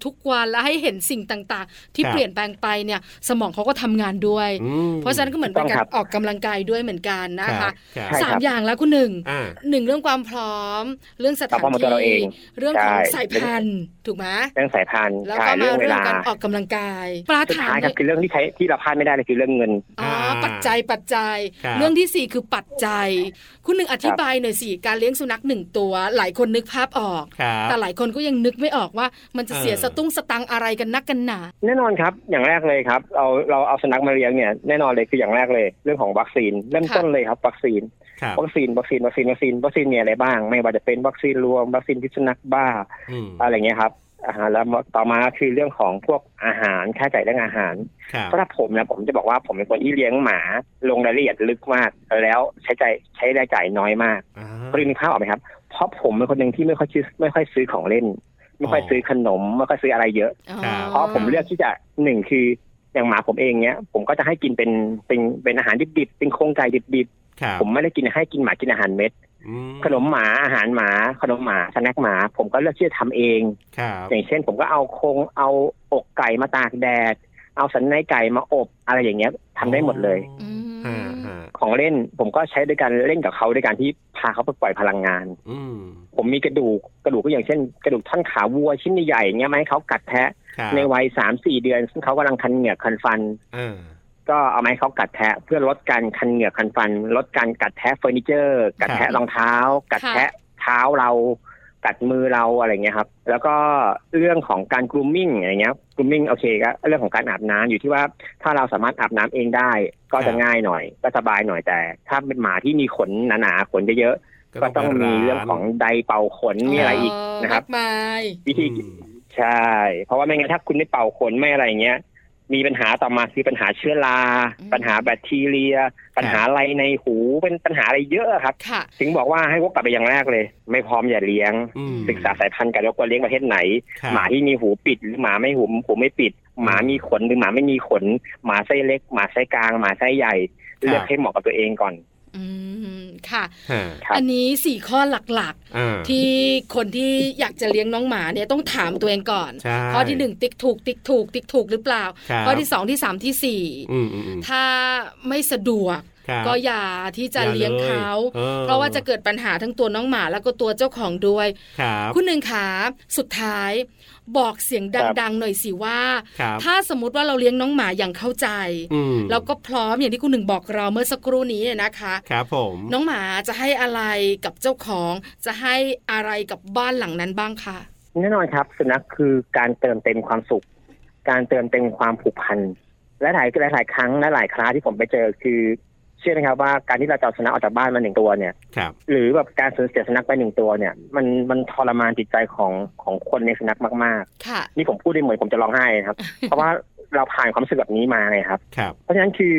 S1: ทุกวันและให้เห็นสิ่งต่างๆ ที่
S2: ครับ
S1: เปลี่ยนแปลงไปเนี่ยสมองเขาก็ทำงานด้วย
S2: อืม
S1: เพราะฉะนั้นก็เหมือนเป็น
S5: ต้อง
S1: กา
S5: ครั
S1: ร
S5: บ
S1: ออกกำลังกายด้วยเหมือนกันนะ
S2: รั
S1: คะ
S2: บรับ
S5: ใช่
S1: สาม
S5: ครับ
S1: อย่างแล้วคุณหนึ่ง
S2: อ่า
S1: หนึ่งเรื่องความพร้อม เรื่องสถาน
S5: ความพร้อมของตัวเราเอ
S1: ที่
S5: ง
S1: เรื่องของ
S5: ใช่
S1: สายพันธุ์ถูกไหม
S5: เรื่องสายพันธุ์
S1: แล้ว
S5: ใช่
S1: ก็มา
S5: เรื่องเว
S1: เรื่อง
S5: ลา
S1: การออกกำลังกายปลา
S5: สุด
S1: ถาม
S5: ท้ายครับคือเรื่องที่ใช้ที่เราพลาดไม่ได้เลยคือเรื่องเงิน
S1: อ๋ออา ปัจจัยปัจจัย
S2: ครับ
S1: เรื่องที่สี่คือปัจจัย คุณหนึ่งอธิบายหน่อยสิการเลี้ยงสุนัขหนึ่งตัว หลายคนนึกภาพออก
S2: ครับ
S1: แต่หลายคนก็ยังนึกไม่ออกว่ามันจะเสีย
S2: เออ
S1: สตุ้งสตังอะไรกันนักกันหนา
S5: แน่นอนครับ อย่างแรกเลยครับ เราเราเอาสุนัขมาเลี้ยงเนี่ยแน่นอนเลยคืออย่างแรกเลย เรื่องของวัคซีนเริ่ม
S1: ค่ะ
S5: ต้นเลยครับวัคซีน
S2: ครับ
S5: วัคซีนวัคซีนวัคซีนวัคซีนวัคซีนมีอะไรบ้าง ไม่ว่าจะเป็นวัคซีนรวม วัคซีนพิษสุนัขบ้า
S2: อืม
S5: อะไรเงี้ยครับอาหารแล้วต่อมาคือเรื่องของพวกอาหารค่าใช้จ่ายเรื่องอาหาร
S2: ครับ
S5: สำหรับผมนะผมจะบอกว่าผมเป็นคนที่เลี้ยงหมาลงรายละเอียดลึกมาก แล้วใช้ใจายใช้รายจ่ายน้อยมาก
S2: อ่า
S5: ปริมข้าวออกไหมครับ เพราะผมเป็นคนหนึ่งที่ไม่ค่อยซื้อไม่ค่อยซื้อของเล่น ไม่ค่อย
S2: อ๋อ
S5: ซื้อขนมไม่ค่อยซื้ออะไรเยอะ
S1: อ๋อ
S2: ครับ
S5: เพราะผมเลือกที่จะหนึ่งคืออย่างหมาผมเองเนี้ย ผมก็จะให้กินเป็นเป็นเป็นอาหารดิบๆเป็นโครงไก่ดิบ
S2: ครับ
S5: ๆผมไม่ได้กินให้กินหมากินอาหารเม็ด
S2: อื
S5: ขนมหมาอาหารหมา ขนมหมาสแน็คหมา ผมก็เลือกที่จะทำเอง
S2: ครับ
S5: อย่างเช่น ผมก็เอาโครงเอาอกไก่มาตากแดด เอาสันในไก่มาอบอะไรอย่างเงี้ยทำได้หมดเลย
S1: อืม
S2: ฮะฮะ
S5: ของเล่นผมก็ใช้ด้วยการเล่นกับเขาด้วยการที่พาเขาไปปล่อยพลังงาน
S2: อืม
S5: ผมมีกระดูกกระดูกก็อย่างเช่น กระดูกท่อนขาวัวชิ้นใหญ่ๆอย่างเงี้ยมาให้เขากัดแทะ
S2: ครับ
S5: ในวัยสามสี่เดือนซึ่งเขากำลังคันเหงือกคันฟัน
S2: อ่า
S5: ก็เอาไม้เขากัดแทะเพื่อลดการคันเหงือกคันฟัน ลดการกัดแทะเฟอร์นิเจอร์ กัดแทะรองเท้า กัดแทะเท้าเรา กัดมือเราอะไรเงี้ยครับ แล้วก็เรื่องของการกรูมมิ่งอย่างเงี้ยกรูมมิ่งโอเคก็เรื่องของการอาบน้ำอยู่ที่ว่าถ้าเราสามารถอาบน้ำเองได้ ก็จะง่ายหน่อยก็สบายหน่อยแต่ ถ้าเป็นหมาที่มีขนหนาๆขนเยอะๆก็ต้องมีเรื่องของไดร์เป่าขนมีอะไรอีกนะครับ
S1: มากมาย
S5: วิธี
S2: อืม
S5: ใช่ เพราะว่าไม่งั้นถ้าคุณไม่เป่าขนไม่อะไรอย่างเงี้ย มีปัญหาต่อมาคือปัญหาเชื้อรา ปัญหาแบคทีเรีย ปัญหาอะไรในหู เป็นปัญหาอะไรเยอะครับ
S1: ค่ะ
S5: ถึงบอกว่าให้วกกลับไปอย่างแรกเลย ไม่พร้อมอย่าเลี้ยง
S2: อืม
S5: ศึกษาสายพันธุ์กันแล้วก็เลี้ยงประเทศไหน
S2: ครับ
S5: หมาที่มีหูปิดหรือหมาไม่หูหูไม่ปิด หมามีขนหรือหมาไม่มีขน หมาไส้เล็ก หมาไส้กลาง หมาไส้ใหญ่ เลือกให้เหมาะกับตัวเองก่อน
S1: อืมค่ะ
S2: ฮะ
S5: ครับ
S1: อันนี้สี่ข้อหลัก
S2: อ่า
S1: ๆ ที่คนที่อยากจะเลี้ยงน้องหมาเนี่ยต้องถามตัวเองก่อน
S2: ใช่
S1: ข้อที่หนึ่งติ๊กถูก ติ๊กถูก ติ๊กถูกหรือเปล่า
S2: ครับ
S1: ข้อที่สองที่สามที่สี่
S2: อืมอืมอืม
S1: ถ้าไม่สะดวก
S2: ครับ
S1: ก็อย่าที่จะ
S2: อ
S1: เลี้ยงเขา
S2: ออ
S1: เพราะว่าจะเกิดปัญหาทั้งตัวน้องหมาแล้วก็ตัวเจ้าของด้วย
S2: ครับ
S1: คุณหนึ่งขาสุดท้าย บอกเสียง
S5: ครับ
S1: ดังๆหน่อยสิว่า
S2: ครับ
S1: ถ้าสมมติว่าเราเลี้ยงน้องหมาอย่างเข้าใจ
S2: อืม
S1: แล้วก็พร้อมอย่างที่คุณหนึ่งบอกเราเมื่อสักครู่นี้เนี่ยนะคะ
S2: ครับผม
S1: น้องหมาจะให้อะไรกับเจ้าของ จะให้อะไรกับบ้านหลังนั้นบ้างคะ
S5: แน่นอนครับสุนัขคือการเติมเต็มความสุข การเติมเต็มความผูกพันและหลายหลายหลายครั้งและหลายคราที่ผมไปเจอคือ เชื่อไหมครับว่าการที่เราจะเอาสุนัขออกจากบ้านมาหนึ่งตัวเนี่ย
S2: ครับ
S5: หรือแบบการสูญเสียสุนัขไปหนึ่งตัวเนี่ย มันมันทรมานจิตใจของของคนในสุนัขมาก
S1: ค่ะ
S5: ๆ นี่ผมพูดได้เหมือนผมจะร้องไห้นะครับ เพราะว่า เราผ่านความรู้สึกแบบนี้มาไงครับ
S2: ครับ
S5: เพราะฉะนั้นคือ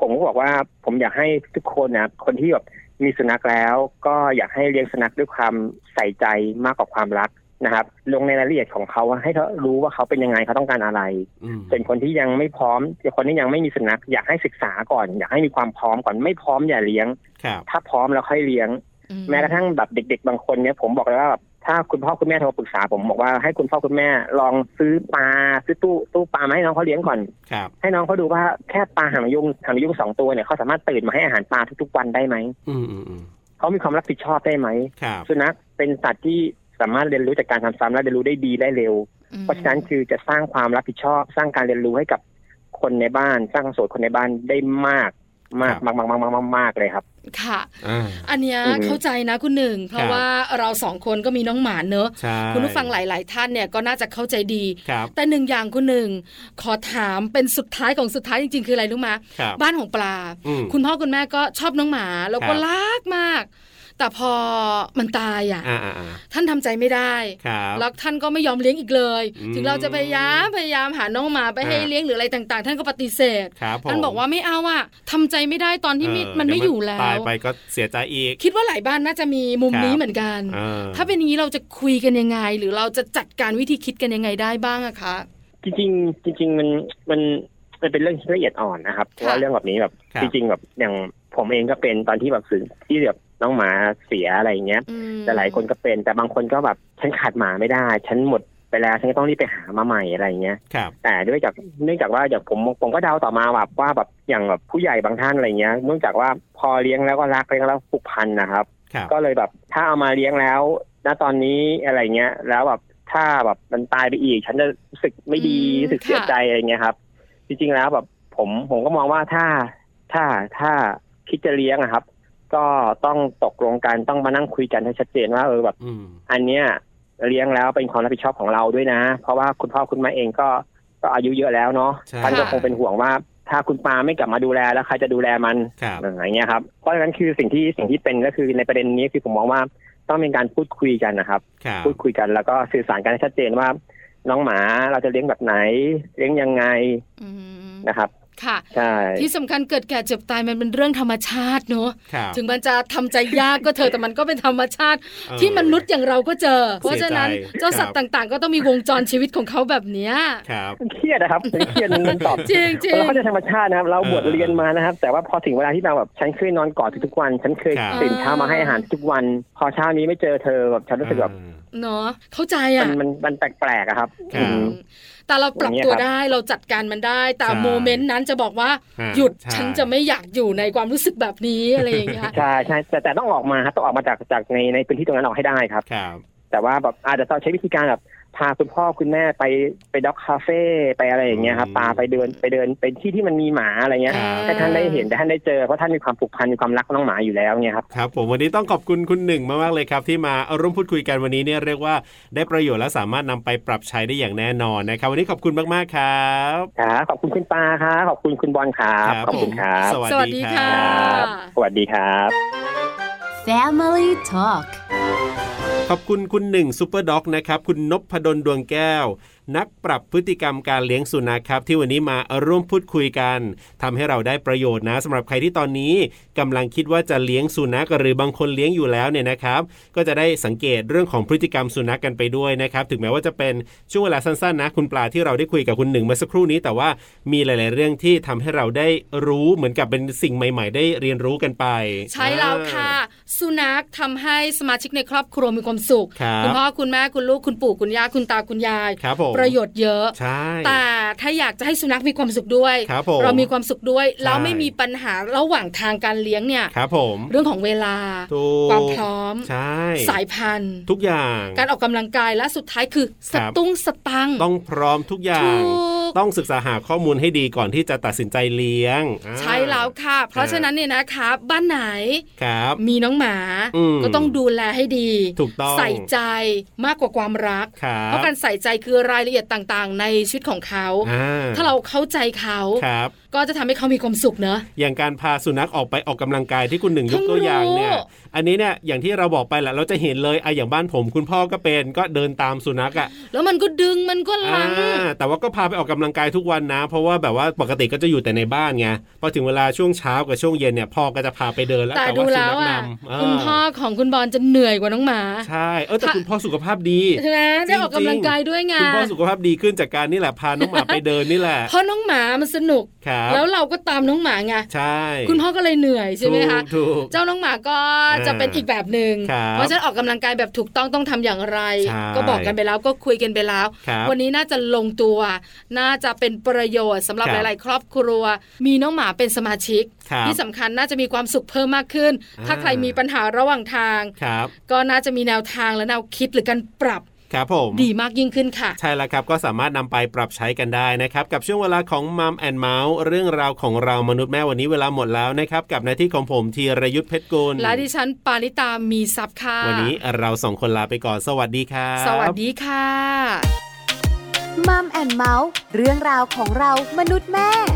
S5: ผมก็บอกว่าผมอยากให้ทุกคนนะครับคนที่แบบมีสุนัขแล้ว ก็อยากให้เลี้ยงสุนัขด้วยความใส่ใจมากกว่าความรักนะครับ ลงในรายละเอียดของเขาให้เขารู้ว่าเขาเป็นยังไงเขาต้องการอะไร
S2: อืม
S5: ส่วนคนที่ยังไม่พร้อมคนที่ยังไม่มีสุนัขอยากให้ศึกษาก่อน อยากให้มีความพร้อมก่อนไม่พร้อมอย่าเลี้ยง
S2: ครับ
S5: ถ้าพร้อมแล้วค่อยเลี้ยง
S1: อื
S5: แม้กระทั่งแบบเด็ก ๆ บางคนเนี่ยผมบอกเลยว่าแบบถ้าคุณพ่อคุณแม่โทรปรึกษาผมบอกว่าให้คุณพ่อคุณแม่ลองซื้อปลาซื้อตู้ตู้ปลามาให้น้องเขาเลี้ยงก่อน
S2: ครับ
S5: ให้น้องเขาดูว่าแค่ปลาหางยุงหางยุงสองตัวเนี่ยเขาสามารถตื่นมาให้อาหารปลาทุกๆวันได้ไหม
S2: อืมอืมอืม
S5: เขามีความรับผิดชอบได้ไหม
S2: ครับ
S5: สุนัขเป็นสัตว์ที่สามารถเรียนรู้จากการทำซ้ำและเรียนรู้ได้ดีได้เร็ว
S1: อืม
S5: เพราะฉะนั้นคือจะสร้างความรับผิดชอบ สร้างการเรียนรู้ให้กับคนในบ้าน สร้างส่วนคนในบ้านได้มากมากมากมากมากมากมากมากเลยครับ
S1: ค่ะ
S2: อ่า
S1: อันเนี้ย
S5: อืม
S1: เข้าใจนะคุณหนึ่ง เพ
S2: ครั
S1: ราะ
S2: บ
S1: ว่าเราสองคนก็มีน้องหมาเนอะ
S2: ใช่
S1: คุณผู้ฟังหลาย ๆ ท่านเนี่ยก็น่าจะเข้าใจดี
S2: ครับ
S1: แต่หนึ่งอย่างคุณหนึ่ง ขอถามเป็นสุดท้ายของสุดท้ายจริง ๆ คืออะไรรู้มา
S2: ครับ
S1: บ้านของปลา
S2: อืม
S1: คุณพ่อคุณแม่ก็ชอบน้องหมาแล้วก็
S2: ครับ
S1: รักมาก แต่พอมันตายอ่ะ
S2: อ่าอ่าอ่า
S1: ท่านทำใจไม่ได้
S2: ครับ
S1: แล้วท่านก็ไม่ยอมเลี้ยงอีกเลย
S2: อืม
S1: ถึงเราจะพยายามพยายามหาน้องหมาไปให้
S2: อ่า
S1: เลี้ยงหรืออะไรต่างๆ ท่านก็ปฏิเสธ
S2: ครับผม
S1: ท่านบอกว่าไม่เอาอะทำใจไม่ได้ตอนที่มิ
S2: เ
S1: มันไม่
S2: เดี๋
S1: อยู่แล้
S2: ตายว ไปก็เสียใจอีก
S1: คิดว่าหลายบ้านน่าจะมีมุม
S2: ครับ
S1: นี้เหมือนกัน
S2: เออ
S1: ถ้าเป็นอย่างนี้เราจะคุยกันยังไง หรือเราจะจัดการวิธีคิดกันยังไงได้บ้างอะคะ
S5: จริงๆจริง ๆ มันมันมันเป็นเรื่องที่ละเอียดอ่อนนะครับเพราะว่าเรื่องแบบนี้แบบ
S2: ครั
S5: จ
S2: บ
S5: ริงๆแบบอย่างผมเองก็เป็นตอนที่แบบสื่อที่แบบน้องหมาเสียอะไรอย่างเงี้ย
S1: อืม
S5: แต่หลายคนก็เป็น แต่บางคนก็แบบฉันขาดหมาไม่ได้ ฉันหมดไปแล้ว ฉันก็ต้องรีบไปหามาใหม่อะไรอย่างเงี้ย
S2: ครับ
S5: แต่ด้วยจากเนื่องจากว่าอย่างผมผมก็เดาต่อมาแบบว่าแบบอย่างแบบผู้ใหญ่บางท่านอะไรเงี้ยเนื่องจากว่าพอเลี้ยงแล้วก็รักเลี้ยงแล้วผูกพันนะครับ
S2: ครับ
S5: ก็เลยแบบถ้าเอามาเลี้ยงแล้วณตอนนี้อะไรเงี้ย แล้วแบบถ้าแบบมันตายไปอีก ฉันจะรู้สึกไม่ดี
S1: อืม
S5: รู้สึกเสีย
S1: ค่ะ
S5: ใจอะไรเงี้ยครับ จริงๆแล้วแบบผมผมก็มองว่าถ้าถ้าถ้าคิดจะเลี้ยงอะครับ ก็ต้องตกลงกันต้องมานั่งคุยกันให้ชัดเจนว่าเออแบบ
S2: อืม
S5: อันเนี้ยเลี้ยงแล้วเป็นความรับผิดชอบของเราด้วยนะ เพราะว่าคุณพ่อคุณแม่เองก็ก็อายุเยอะแล้วเนาะ
S2: ใช่
S5: ท่านก็คงเป็นห่วงว่า ถ้าคุณปาไม่กลับมาดูแลแล้วใครจะดูแลมัน
S2: ครับ
S5: อะไรเงี้ยครับ เพราะฉะนั้นคือสิ่งที่สิ่งที่เป็นก็คือในประเด็นนี้คือผมมองว่าต้องมีการพูดคุยกันนะครับ
S2: ครับ
S5: พูดคุยกันแล้วก็สื่อสารกันให้ชัดเจนว่า น้องหมาเราจะเลี้ยงแบบไหน เลี้ยงยังไง
S1: อืม
S5: นะครับ
S1: ค่ะ
S5: ใช่
S1: ที่สำคัญเกิดแก่เจ็บตายมันเป็นเรื่องธรรมชาติเนอะ
S2: ครับ
S1: ถึงมันจะทำใจยากก็เถอะแต่มันก็เป็นธรรมชาติ
S2: เออ
S1: ที่มนุษย์อย่างเราก็เจอ เพราะฉะนั้น
S2: เสียใจ
S1: เจ้าสัตว์
S2: ครับ
S1: ต่างๆ ก็ต้องมีวงจรชีวิตของเขาแบบเนี้ย
S2: ครับ
S5: มันเครียดนะครับมันเครียดมันมันตอบ
S1: จริงจริง
S5: เราเข้าใจธรรมชาตินะครับ เรา
S2: เออบ
S5: วชเรียนมานะครับ แต่ว่าพอถึงเวลาที่เราแบบฉันเคยนอนกอดทุกๆวัน ฉันเคย
S2: ครับ
S5: ตื่นเช้ามาให้อาหารทุกวัน พอเช้านี้ไม่เจอเธอแบบฉันรู้สึกแบบ
S2: เออ
S1: เนาะเข้าใจ
S5: มั
S1: อ่ะ
S5: นมันมันแปลกๆอะครับ
S2: ครั
S5: อื
S2: บ
S5: ม
S1: แต่เราปรับตัว
S5: อย่างเงี้ยครับ
S1: ได้เราจัดการมันได้ แต่
S2: ใช่
S1: โมเมนต์นั้นจะบอกว่า
S2: ฮะ
S1: หยุด
S2: ใช่
S1: ฉันจะไม่อยากอยู่ในความรู้สึกแบบนี้อะไรอย่างเงี้ย
S5: ใช่ใช่แต่แต่ต้องออกมาครับต้องออกมาจากจากในในพื้นที่ตรงนั้นออกให้ได้ครับ
S2: ครับ
S5: แต่ว่าแบบอาจจะต้องใช้วิธีการแบบพาคุณพ่อคุณแม่ไปไปด็อกคาเฟ่ไปอะไรอย่างเงี้ยครับ
S2: อืม
S5: พาไปเดินไปเดินเป็นที่ที่มันมีหมาอะไรเงี้ย
S2: ครับ
S5: ให้ท่านได้เห็นให้ท่านได้เจอเพราะท่านมีความผูกพันมีความรักน้องหมาอยู่แล้วเนี่ยครับ
S2: ครับผมวันนี้ต้องขอบคุณคุณหนึ่งมากๆเลยครับ ที่มาร่วมพูดคุยกันวันนี้เนี่ยเรียกว่าได้ประโยชน์และสามารถนำไปปรับใช้ได้อย่างแน่นอนนะครับ วันนี้ขอบคุณมากๆครับ
S5: ครับขอบคุณคุณปาครับขอบคุณคุณบอลครับขอบคุณครับ
S2: ผม
S1: สวัสดีค่ะ
S5: ครับสวัสดีครับ
S4: Family Talk
S2: ขอบคุณคุณหนึ่งซูเปอร์ด็อกนะครับคุณนพดลดวงแก้ว นักปรับพฤติกรรมการเลี้ยงสุนัขครับ ที่วันนี้มาร่วมพูดคุยกันทำให้เราได้ประโยชน์นะสำหรับใครที่ตอนนี้กำลังคิดว่าจะเลี้ยงสุนัขหรือบางคนเลี้ยงอยู่แล้วเนี่ยนะครับ ก็จะได้สังเกตเรื่องของพฤติกรรมสุนัขกกันไปด้วยนะครับ ถึงแม้ว่าจะเป็นช่วงเวลาสั้นๆนะ คุณปลาที่เราได้คุยกับคุณหนึ่งเมื่อสักครู่นี้ แต่ว่ามีหลาย ๆ เรื่องที่ทำให้เราได้รู้เหมือนกับเป็นสิ่งใหม่ ๆ ได้เรียนรู้กันไป
S1: ใช่แล้วค่ะ สุนัขทำให้สมาชิกในครอบครัวมีความสุข
S2: ครับ
S1: ณพ่อคุณแม่คุณลูกคุณปู่คุณย่าคุณตาคุณยาย
S2: ครับผม
S1: ประโยชน์เยอะ
S2: ใช่
S1: แต่ถ้าอยากจะให้สุนัขมีความสุขด้วย
S2: ครับผม
S1: เรามีความสุขด้วย
S2: ใช่
S1: แล้วไม่มีปัญหาระหว่างทางการเลี้ยงเนี่ย
S2: ครับผม
S1: เรื่องของเวลา
S2: ถูก
S1: ความพร้อม
S2: ใช่
S1: สายพันธุ์
S2: ทุกอย่าง
S1: การออกกำลังกายและสุดท้ายคือส
S2: ครับ
S1: ตุ้งสตังค์
S2: ต้องพร้อมทุกอย่าง
S1: ถูก
S2: ต้องศึกษาหาข้อมูลให้ดีก่อนที่จะตัดสินใจเลี้ยงอ่า
S1: ใช่แล้วค่ะ เพราะฉะนั้นเนี่ยนะคะบ้านไหน
S2: ครับ
S1: มีน้องหมา
S2: อืม
S1: ก็ต้องดูแลให้ดี
S2: ถูกต้อง
S1: ใส่ใจมากกว่าความรัก
S2: ครั
S1: เพ
S2: บ
S1: ราะการใส่ใจคือราย ละเอียดต่างๆ ในชีวิตของเขา
S2: อ่
S1: ถ้าเราเข้าใจเขา
S2: ครับ
S1: ก็จะทำให้เขามีความสุขเนอะ
S2: อย่างการพาสุนัขออกไปออกกำลังกายที่คุณหนึ่งยกตัวอย่างเนี่ย
S1: รู้
S2: อันนี้เนี่ยอย่างที่เราบอกไปแหละเราจะเห็นเลยไอะอย่างบ้านผม คุณพ่อก็เป็นก็เดินตามสุนัขอ่ะ
S1: แล้วมันก็ดึงมันก็
S2: อ่า
S1: ลัง
S2: แต่ว่าก็พาไปออกกำลังกายทุกวันนะ เพราะว่าแบบว่าปกติก็จะอยู่แต่ในบ้านไงพอถึงเวลาช่วงเช้ากับช่วงเย็นเนี่ยพ่อก็จะพาไปเดินแล้ว
S1: แต่
S2: แต่
S1: ดู
S2: ว่าสุ
S1: แล้ว
S2: นัข
S1: อ่ะ
S2: นำเออ
S1: คุณพ่อของคุณบอลจะเหนื่อยกว่าน้องหมา
S2: ใช่เออแต่คุณพ่อสุขภาพดี
S1: ใช่ไหมได้ออกกำลังกายด้วยไง
S2: คุณพ่อสุขภาพดีขึ้นจากการนี่แหละพาน้องหมาไปเดินนี่แหละ
S1: เพราะน้องหมามันสนุก
S2: ครับ
S1: แล้วเราก็ตามน้องหมาไง
S2: ใช่
S1: คุณพ่อก็เลยเหนื่อยใช่ไหมคะ
S2: ถูกถูก
S1: เจ้าน้องหมาก็จะเป็นอีกแบบหนึ่ง
S2: ครับ
S1: เพราะฉะนั้นออกกำลังกายแบบถูกต้องต้องทำอย่างไร
S2: ใช่
S1: ก็บอกกันไปแล้วก็คุยกันไปแล้ว
S2: ครับ
S1: วันนี้น่าจะลงตัว น่าจะเป็นประโยชน์สำหรับ
S2: ค
S1: ห
S2: รับ
S1: ลายๆ ครอบครัว มีน้องหมาเป็นสมาชิก
S2: ครับ
S1: ที่สำคัญน่าจะมีความสุขเพิ่มมากขึ้น
S2: อ่า
S1: ถ้าใครมีปัญหาระหว่างทาง
S2: ครับ
S1: ก็น่าจะมีแนวทางและแนวคิดหรือการปรับ
S2: ครับผม
S1: ดีมากยิ่งขึ้นค่ะ
S2: ใช่แล้วครับก็สามารถนำไปปรับใช้กันได้นะครับ กับช่วงเวลาของมัมแอนเมาส์เรื่องราวของเรามนุษย์แม่วันนี้เวลาหมดแล้วนะครับ กับหน้าที่ของผมธีรยุทธเพชรกุล
S1: และดิฉันปาริตามีซับค่ะ
S2: วันนี้เราสองคนลาไปก่อนสวัสดีครับ
S1: สวัสดีค่ะ
S4: มัมแอนเมาส์เรื่องราวของเรามนุษย์แม่